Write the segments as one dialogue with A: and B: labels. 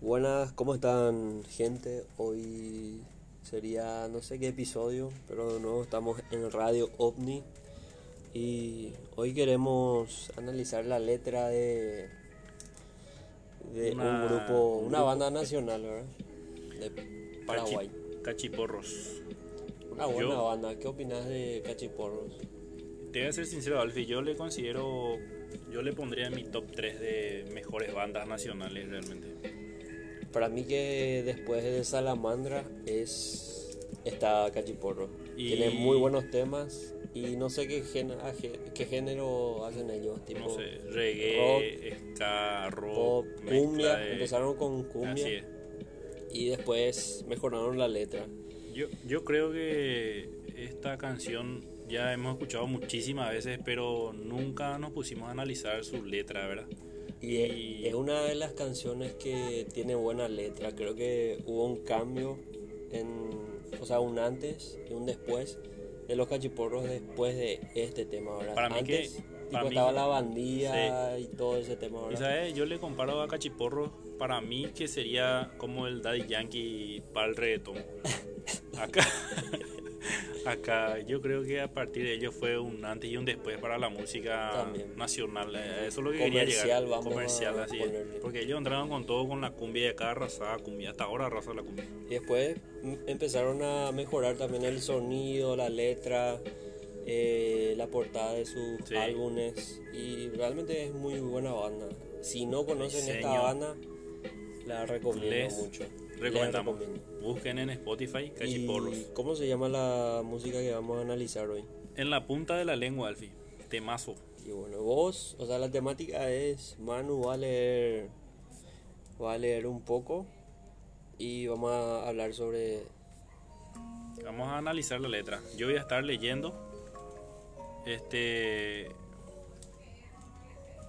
A: Buenas, ¿cómo están gente? Hoy sería no sé qué episodio, pero de nuevo estamos en Radio OVNI y hoy queremos analizar la letra de, de
B: Una-
A: un grupo,
B: un
A: una
B: grupo,
A: banda nacional, ¿verdad? De Paraguay.
B: Cachi- Cachiporros.
A: Una buena
B: yo-
A: banda, ¿qué opinas de Cachiporros?
B: Te voy a ser sincero, Alfie, yo le considero, yo le pondría en mi top 3 de mejores bandas nacionales realmente.
A: Para mí que después de Salamandra es está Cachiporro.
B: Y-
A: Tiene muy buenos temas y no sé qué, género, qué género hacen ellos, tipo
B: no sé, reggae, ska, rock,
A: pop,
B: mezcla
A: cumbia.
B: de- Ah,
A: Empezaron con cumbia
B: Así es.
A: y después mejoraron la letra.
B: Yo, yo creo que esta canción ya hemos escuchado muchísimas veces, pero nunca nos pusimos a analizar su letra, ¿verdad?
A: Y es- es una de las canciones que tiene buena letra. Creo que hubo un cambio en, o sea, un antes y un después de los cachiporros después de este tema, ¿verdad?
B: Para mí
A: antes
B: que-
A: tipo,
B: para mí-
A: estaba la bandía y todo ese tema,
B: Y
A: ¿verdad?
B: sabes, yo le comparo a Cachiporros para mí que sería como el Daddy Yankee para el reggaetón. Acá, acá yo creo que a partir de ello fue un antes y un después para la música
A: También.
B: nacional. eh, Eso es lo que
A: Comercial,
B: quería llegar.
A: vamos
B: Comercial,
A: a
B: así es.
A: ponerle.
B: Porque ellos entraron con todo, con la cumbia de acá, arrasada cumbia. Hasta ahora arrasa la cumbia.
A: Y después mm, empezaron a mejorar también el sonido, la letra, eh, la portada de sus
B: Sí.
A: álbumes. Y realmente es muy buena banda. Si no conocen esta
B: Diseño.
A: banda, la recomiendo
B: Les
A: mucho. Les
B: Recomendamos.
A: recomiendo.
B: Busquen en Spotify Cachiporros.
A: ¿Y ¿Cómo se llama la música que vamos a analizar hoy?
B: En la punta de la lengua, Alfie. Temazo.
A: Y bueno, vos, o sea, la temática es Manu va a leer, va a leer un poco y vamos a hablar sobre
B: Vamos a analizar la letra. Yo voy a estar leyendo este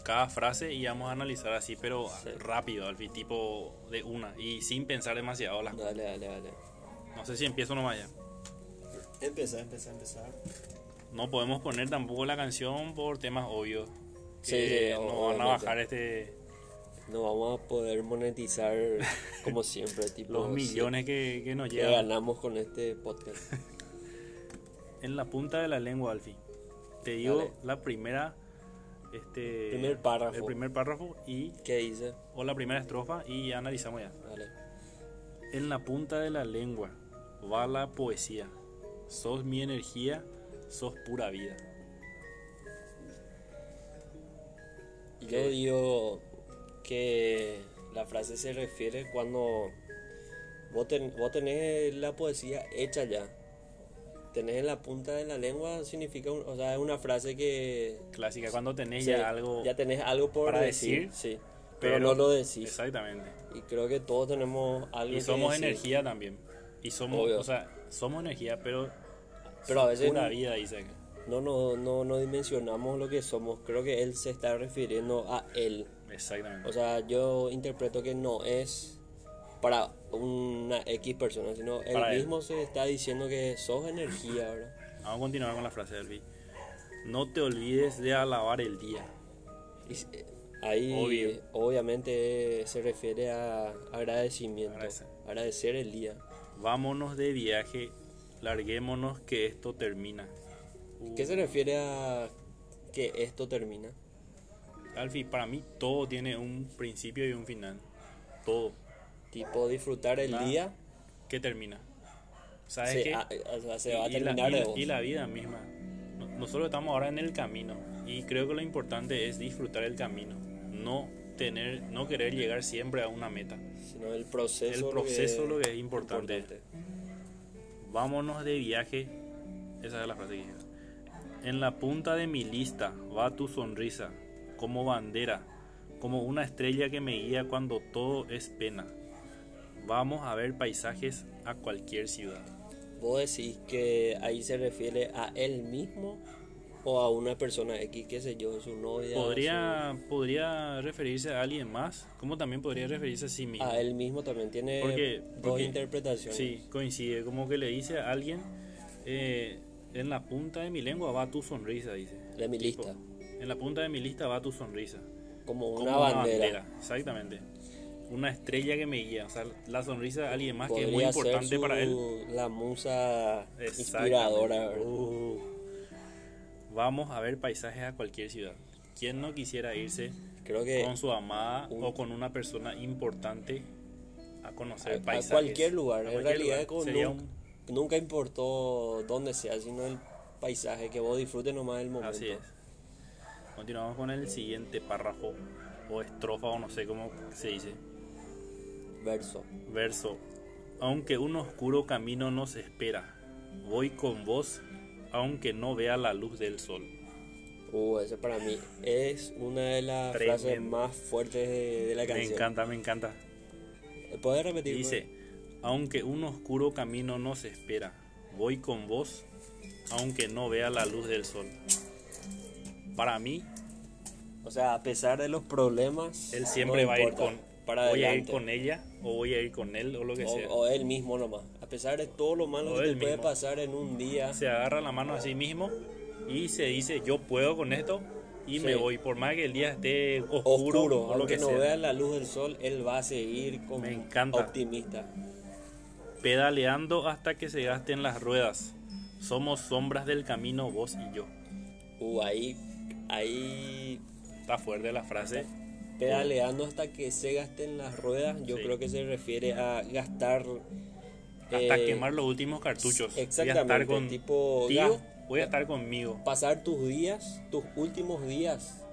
B: cada frase y vamos a analizar así, pero
A: Sí.
B: rápido, al fin, tipo de una y sin pensar demasiado las cosas.
A: Dale, dale, dale.
B: No sé si empiezo nomás ya.
C: Empezar, empezar, empezar.
B: No podemos poner tampoco la canción por temas obvios.
A: Sí, sí,
B: que nos van
A: obviamente.
B: a bajar este
A: No vamos a poder monetizar como siempre, tipo
B: los
A: si-
B: millones que, que nos
A: que
B: llegan.
A: ganamos con este podcast.
B: En la punta de la lengua, Alfi. Te digo
A: Dale.
B: la primera este
A: Primer párrafo.
B: el primer párrafo y
A: ¿Qué dice?
B: o la primera estrofa y ya analizamos ya.
A: Dale.
B: En la punta de la lengua va la poesía. Sos mi energía, sos pura vida.
A: Yo digo que la frase se refiere cuando vos, ten- vos tenés la poesía hecha ya. Tenés en la punta de la lengua significa, un- o sea, es una frase que
B: Clásica, cuando tenés
A: se-
B: ya algo
A: ya tenés algo por
B: para
A: decir,
B: decir,
A: sí, pero, no lo decís.
B: Exactamente.
A: Y creo que todos tenemos algo
B: Y
A: que
B: somos
A: decir.
B: energía también. Y somos,
A: Obvio.
B: o sea, somos energía, pero,
A: Pero a veces
B: pura vida, dice. acá.
A: no, no, no, no dimensionamos lo que somos. Creo que él se está refiriendo a él.
B: Exactamente.
A: O sea, yo interpreto que no es para una X persona, sino él
B: Para él.
A: mismo se está diciendo que sos energía, ¿verdad?
B: Vamos a continuar con la frase del No te olvides de alabar el día.
A: Y s- eh, ahí
B: Obvio.
A: obviamente eh, se refiere a agradecimiento,
B: Agradecer.
A: agradecer el día.
B: Vámonos de viaje, larguémonos que esto termina. Uh.
A: ¿Qué se refiere a que esto termina?
B: Alfi, para mí todo tiene un principio y un final. Todo.
A: Tipo disfrutar el
B: Ah,
A: día,
B: ¿Qué termina? ¿Sabes
A: se,
B: qué?
A: a- o sea, ah, se va a
B: y, la,
A: terminar
B: y la-
A: de vos.
B: y la vida misma. No- Nosotros estamos ahora en el camino y creo que lo importante es disfrutar el camino, no tener, no querer llegar siempre a una meta.
A: sino el proceso.
B: el
A: lo
B: proceso lo que es importante.
A: importante.
B: Vámonos de viaje. Esa es la frase que dije. En la punta de mi lista va tu sonrisa, como bandera, como una estrella que me guía cuando todo es pena. Vamos a ver paisajes a cualquier ciudad.
A: ¿Vos decís que ahí se refiere a él mismo o a una persona X, qué sé yo, su novia?
B: Podría, podría referirse a alguien más, como también podría referirse a sí
A: su-
B: mismo.
A: A él mismo también tiene
B: Porque-
A: dos
B: porque-
A: interpretaciones.
B: Sí, coincide, como que le dice a alguien, eh, en la punta de mi lengua va tu sonrisa, dice.
A: De mi
B: Tipo,
A: lista.
B: En la punta de mi lista va tu sonrisa.
A: Como
B: Como
A: una bandera.
B: Exactamente. Una estrella que me guía. O sea, la sonrisa de alguien más que es muy
A: Podría ser
B: importante
A: su-
B: para él.
A: la musa
B: Exactamente.
A: inspiradora, ¿verdad?
B: Uh. Vamos a ver paisajes a cualquier ciudad. ¿Quién no quisiera irse
A: Creo que
B: con su amada
A: un-
B: o con una persona importante a conocer
A: a- a,
B: paisajes?
A: cualquier lugar.
B: A
A: en
B: cualquier
A: realidad,
B: lugar.
A: con
B: Sería
A: nunca,
B: un-
A: nunca importó dónde sea, sino el paisaje, que vos disfrutes nomás del momento.
B: Así es. Continuamos con el siguiente párrafo o estrofa o no sé cómo se dice.
A: Verso.
B: Verso. Aunque un oscuro camino nos espera, voy con vos aunque no vea la luz del sol.
A: Uh, ese para mí es una de las
B: Tremendo.
A: frases más fuertes de, de la
B: Me
A: canción. Eh,
B: encanta, me encanta.
A: ¿Puedes repetir?
B: Dice, aunque un oscuro camino nos espera, voy con vos aunque no vea la luz del sol. Para mí,
A: O sea, a pesar de los problemas,
B: él siempre
A: no
B: va a ir
A: importa,
B: con...
A: para
B: voy a ir
A: adelante.
B: con ella o voy a ir con él o lo que
A: o,
B: sea.
A: o él mismo nomás. A pesar de todo lo malo
B: O
A: que te
B: él
A: puede
B: mismo.
A: pasar en un día,
B: se agarra la mano a sí mismo y se dice yo puedo con esto y
A: Sí.
B: me voy por más que el día esté oscuro,
A: oscuro,
B: o lo
A: aunque
B: que
A: no
B: sea
A: vea la luz del sol, él va a seguir como
B: Me encanta.
A: optimista.
B: pedaleando hasta que se gasten las ruedas somos sombras del camino vos y yo
A: Uh, ahí, ahí
B: está fuerte la frase
A: pedaleando hasta que se gasten las ruedas, yo
B: Sí.
A: creo que se refiere a gastar.
B: hasta
A: eh,
B: quemar los últimos cartuchos voy a estar
A: exactamente,
B: con
A: tipo,
B: tío,
A: gas-
B: voy a estar conmigo
A: pasar tus días, tus últimos días,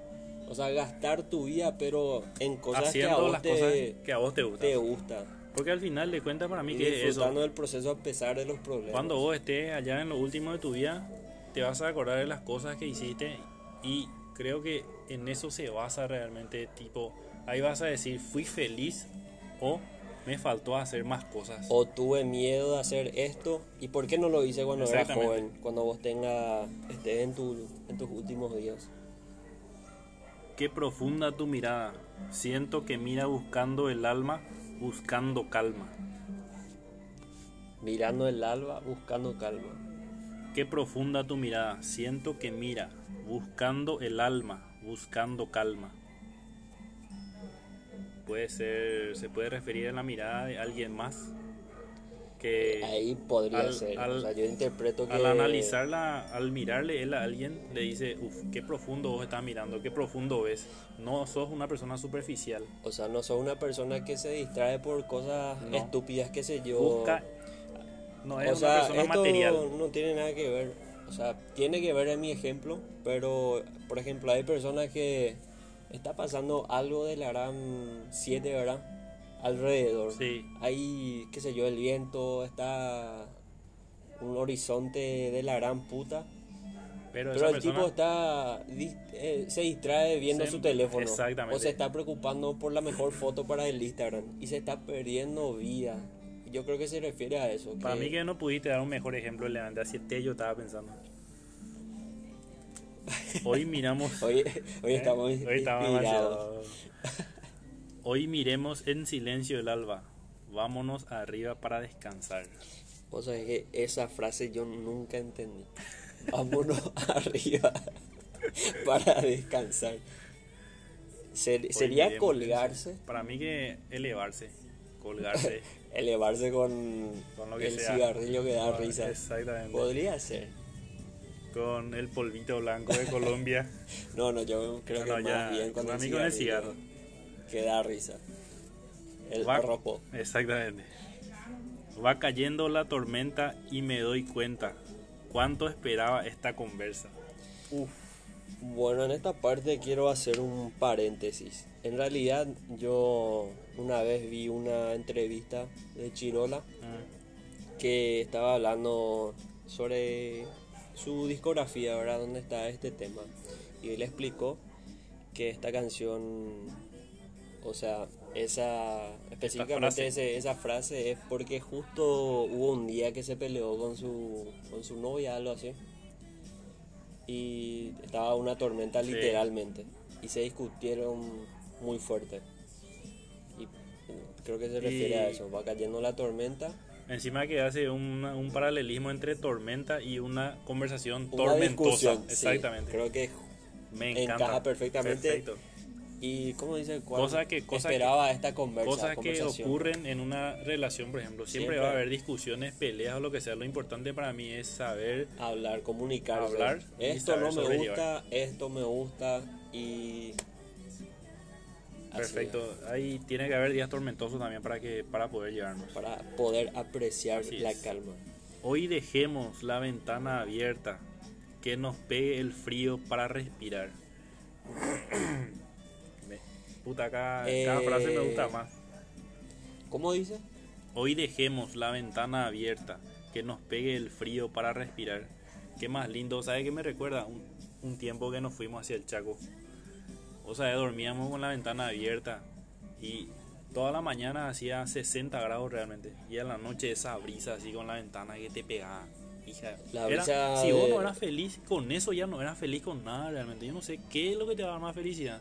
A: o sea, gastar tu vida, pero en cosas que a
B: haciendo
A: vos
B: las
A: te,
B: cosas que a vos te gustan
A: te gustan.
B: porque al final de cuentas para mí
A: Y
B: que es eso
A: disfrutando del proceso a pesar de los problemas.
B: Cuando vos estés allá en lo último de tu vida, te vas a acordar de las cosas que hiciste y creo que en eso se basa realmente, tipo, ahí vas a decir, fui feliz o me faltó hacer más cosas.
A: O tuve miedo de hacer esto. ¿Y por qué no lo hice cuando era
B: Exactamente.
A: joven? Cuando vos tenga, estés en, tu, en tus últimos días.
B: Qué profunda tu mirada, siento que mira buscando el alma, buscando calma.
A: Mirando el alba, buscando calma.
B: Qué profunda tu mirada, siento que mira buscando el alma, buscando calma. Puede ser, se puede referir a la mirada de alguien más que
A: Ahí podría
B: al-
A: ser.
B: al-
A: o sea, yo interpreto que.
B: al analizarla, al mirarle él a alguien, le dice, uff, qué profundo vos estás mirando, qué profundo ves. No sos una persona superficial.
A: O sea, no soy una persona que se distrae por cosas
B: No.
A: estúpidas, que sé yo.
B: Busca, no es
A: o
B: una
A: sea,
B: persona
A: esto
B: material.
A: no tiene nada que ver. O sea, tiene que ver en mi ejemplo, pero por ejemplo, hay personas que está pasando algo del Aram 7, ¿verdad? Alrededor.
B: Sí.
A: Hay, qué sé yo, el viento, está un horizonte de la gran puta.
B: Pero,
A: Pero
B: esa
A: el
B: persona,
A: tipo está dis- eh, se distrae viendo
B: Se- em,
A: su teléfono.
B: exactamente.
A: O se está preocupando por la mejor foto para el Instagram. Y se está perdiendo vida. Yo creo que se refiere a eso.
B: para
A: que-
B: mí que no pudiste dar un mejor ejemplo, le mandé así yo estaba pensando. Hoy miramos...
A: Hoy, hoy estamos
B: ¿Eh? Hoy estamos
A: inspirados.
B: demasiado. Hoy miremos en silencio el alba. Vámonos arriba para descansar.
A: Vos sabés que esa frase yo nunca entendí. Vámonos arriba para descansar. Ser-
B: Hoy
A: sería
B: miremos
A: colgarse,
B: en- Para mí que elevarse, colgarse.
A: elevarse con,
B: Con lo que
A: el
B: sea.
A: cigarrillo que da
B: Ah,
A: risa.
B: Exactamente.
A: Podría ser.
B: Con el polvito blanco de Colombia.
A: No, no, yo creo
B: No,
A: que
B: no,
A: más
B: ya,
A: bien con
B: para
A: el,
B: mí con el
A: cigarrillo Que da risa. El
B: Va-
A: ropo.
B: Exactamente. Va cayendo la tormenta y me doy cuenta cuánto esperaba esta conversa.
A: Bueno, en esta parte quiero hacer un paréntesis. En realidad, yo una vez vi una entrevista de Chirola Mm. que estaba hablando sobre su discografía, ¿verdad? Donde está este tema. Y él explicó que esta canción, o sea, esa específicamente
B: frase.
A: ese- esa frase es porque justo hubo un día que se peleó con su con su novia, algo así. Y estaba una tormenta
B: Sí.
A: literalmente y se discutieron muy fuerte. Y uh, creo que se refiere a
B: Y-
A: eso, va cayendo la tormenta
B: Encima que hace una- un paralelismo entre tormenta y una conversación
A: Una
B: tormentosa.
A: discusión, sí.
B: Exactamente.
A: creo que
B: Me
A: encaja
B: encanta.
A: perfectamente.
B: Perfecto.
A: ¿Y cómo dice? cuál?
B: Cosas que- cosas que-
A: esperaba esta conversa,
B: Cosas que
A: conversación.
B: ocurren en una relación, por ejemplo. Siempre,
A: Siempre.
B: va a haber discusiones, peleas o lo que sea. Lo importante para mí es saber
A: Hablar, comunicarse.
B: Hablar y
A: Esto no
B: saber
A: me
B: sobrellevar.
A: gusta, esto me gusta y... así,
B: perfecto. Ahí tiene que haber días tormentosos también para, que, para poder llevarnos.
A: para poder apreciar
B: Así
A: la
B: es.
A: calma.
B: Hoy dejemos la ventana abierta, que nos pegue el frío para respirar. Me- Puta, cada, cada
A: Eh.
B: frase me gusta más.
A: ¿Cómo dice?
B: Hoy dejemos la ventana abierta, que nos pegue el frío para respirar. Qué más lindo, ¿sabes qué me recuerda? Un, un tiempo que nos fuimos hacia el Chaco. O sea, dormíamos con la ventana abierta y toda la mañana hacía 60 grados realmente. Y a la noche esa brisa así con la ventana que te pegaba. Hija,
A: La
B: era-
A: brisa
B: si vos
A: de-
B: no eras feliz con eso, ya no eras feliz con nada realmente. Yo no sé qué es lo que te va a dar más felicidad.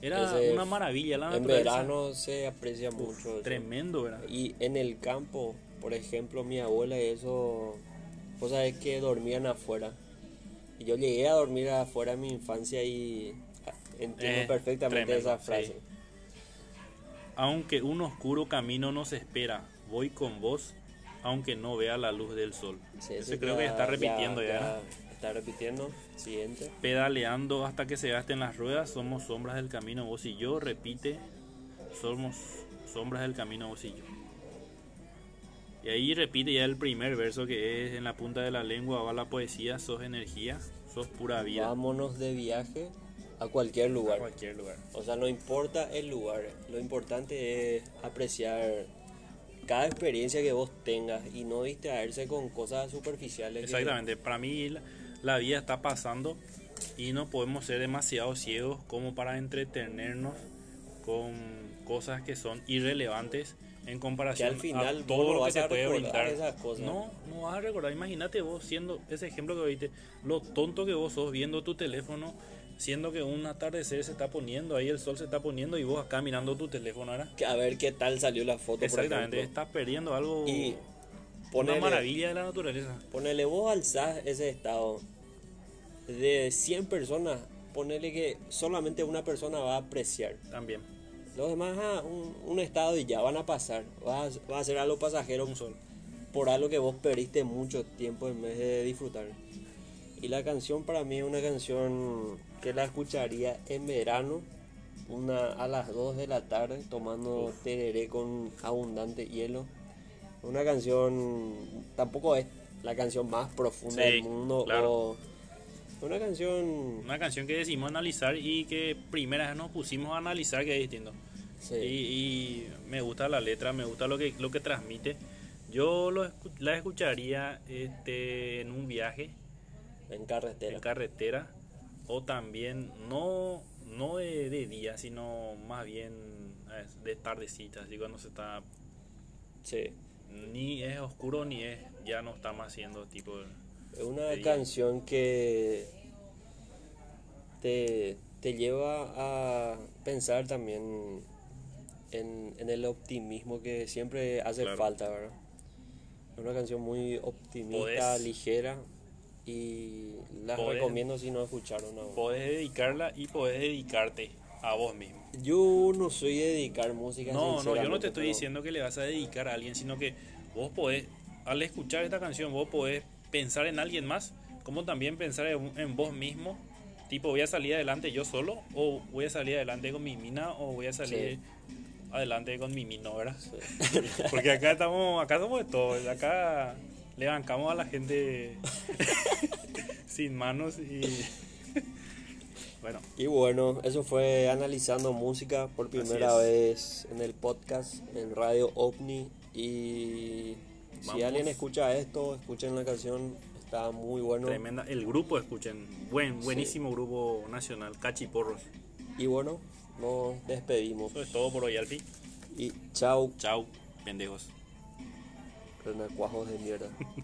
B: Era
A: Ese-
B: una maravilla la
A: en
B: naturaleza.
A: verano se aprecia mucho. eso.
B: Tremendo, ¿verdad?
A: Y en el campo, por ejemplo, mi abuela y eso, cosa es que dormían afuera. Y yo llegué a dormir afuera en mi infancia y ah, entiendo
B: Eh,
A: perfectamente
B: tremendo,
A: esa frase.
B: sí. Aunque un oscuro camino nos espera, voy con vos, aunque no vea la luz del sol.
A: Sí,
B: Ese
A: eso
B: creo que está repitiendo ya.
A: ya Está repitiendo. Siguiente.
B: Pedaleando hasta que se gasten las ruedas, somos sombras del camino, vos y yo. Repite, somos sombras del camino, vos y yo. Y ahí repite ya el primer verso que es en la punta de la lengua va la poesía, sos energía, sos pura vida.
A: Vámonos de viaje a cualquier
B: A
A: lugar.
B: cualquier lugar.
A: O sea, no importa el lugar, lo importante es apreciar cada experiencia que vos tengas y no distraerse con cosas superficiales. que-
B: Exactamente, para mí la, la vida está pasando y no podemos ser demasiado ciegos como para entretenernos con cosas que son irrelevantes en comparación
A: Que al final
B: a
A: vos
B: todo
A: no
B: lo que
A: vas
B: te
A: a
B: puede
A: recordar
B: brindar.
A: esas cosas.
B: No, no vas a recordar. Imagínate vos siendo ese ejemplo que oíste, lo tonto que vos sos viendo tu teléfono, siendo que un atardecer se está poniendo, ahí el sol se está poniendo y vos acá mirando tu teléfono, ¿verdad?
A: que a ver qué tal salió la foto. por
B: Exactamente,
A: ejemplo.
B: estás perdiendo algo,
A: Y
B: una
A: ponele-
B: maravilla de la naturaleza.
A: Ponele vos alzás ese estado de 100 personas, ponele que solamente una persona va a apreciar.
B: También,
A: Los demás, ah, un, un estado y ya van a pasar. Vas a, vas a ser algo pasajero
B: un sol.
A: por algo que vos perdiste mucho tiempo en vez de disfrutar. Y la canción para mí es una canción que la escucharía en verano, una, a las 2 de la tarde, tomando tereré con abundante hielo. Una canción, tampoco es la canción más profunda
B: Sí,
A: del mundo.
B: claro.
A: o- una canción...
B: Una canción que decidimos analizar y que primera vez nos pusimos a analizar que es distinto.
A: sí.
B: Y, y me gusta la letra, me gusta lo que, lo que transmite. Yo lo escu- la escucharía este, en un viaje,
A: En carretera.
B: en carretera, o también no, no de, de día, sino más bien eh, de tardecita, así cuando se está...
A: sí.
B: Ni es oscuro ni es, ya no estamos haciendo tipo...
A: Es una
B: Sí.
A: canción que te, te lleva a pensar también en, en el optimismo que siempre hace
B: Claro.
A: falta, ¿verdad? Es una canción muy optimista,
B: Podés.
A: ligera y la
B: Podés.
A: recomiendo si no escucharon aún.
B: Podés dedicarla y podés dedicarte a vos mismo.
A: Yo no soy de dedicar música.
B: No, no, yo no
A: sinceramente,
B: te estoy
A: pero
B: diciendo que le vas a dedicar a alguien, sino que vos podés, al escuchar esta canción, vos podés pensar en alguien más, como también pensar en, en vos mismo. Tipo, voy a salir adelante yo solo, o voy a salir adelante con mi mina, o voy a salir adelante con mi mina, ¿verdad? Porque acá estamos, acá somos de todos, acá le bancamos a la gente sin manos y. bueno,
A: Y bueno, eso fue analizando música por primera
B: es.
A: vez en el podcast, en Radio OVNI. Y si
B: Vamos.
A: alguien escucha esto, escuchen la canción, está muy bueno.
B: tremenda. El grupo, escuchen, buen, buenísimo grupo nacional, Cachiporros.
A: Y bueno, nos despedimos.
B: Eso es todo por hoy, Alfi.
A: Y chao,
B: Chao, pendejos.
A: renacuajos de mierda.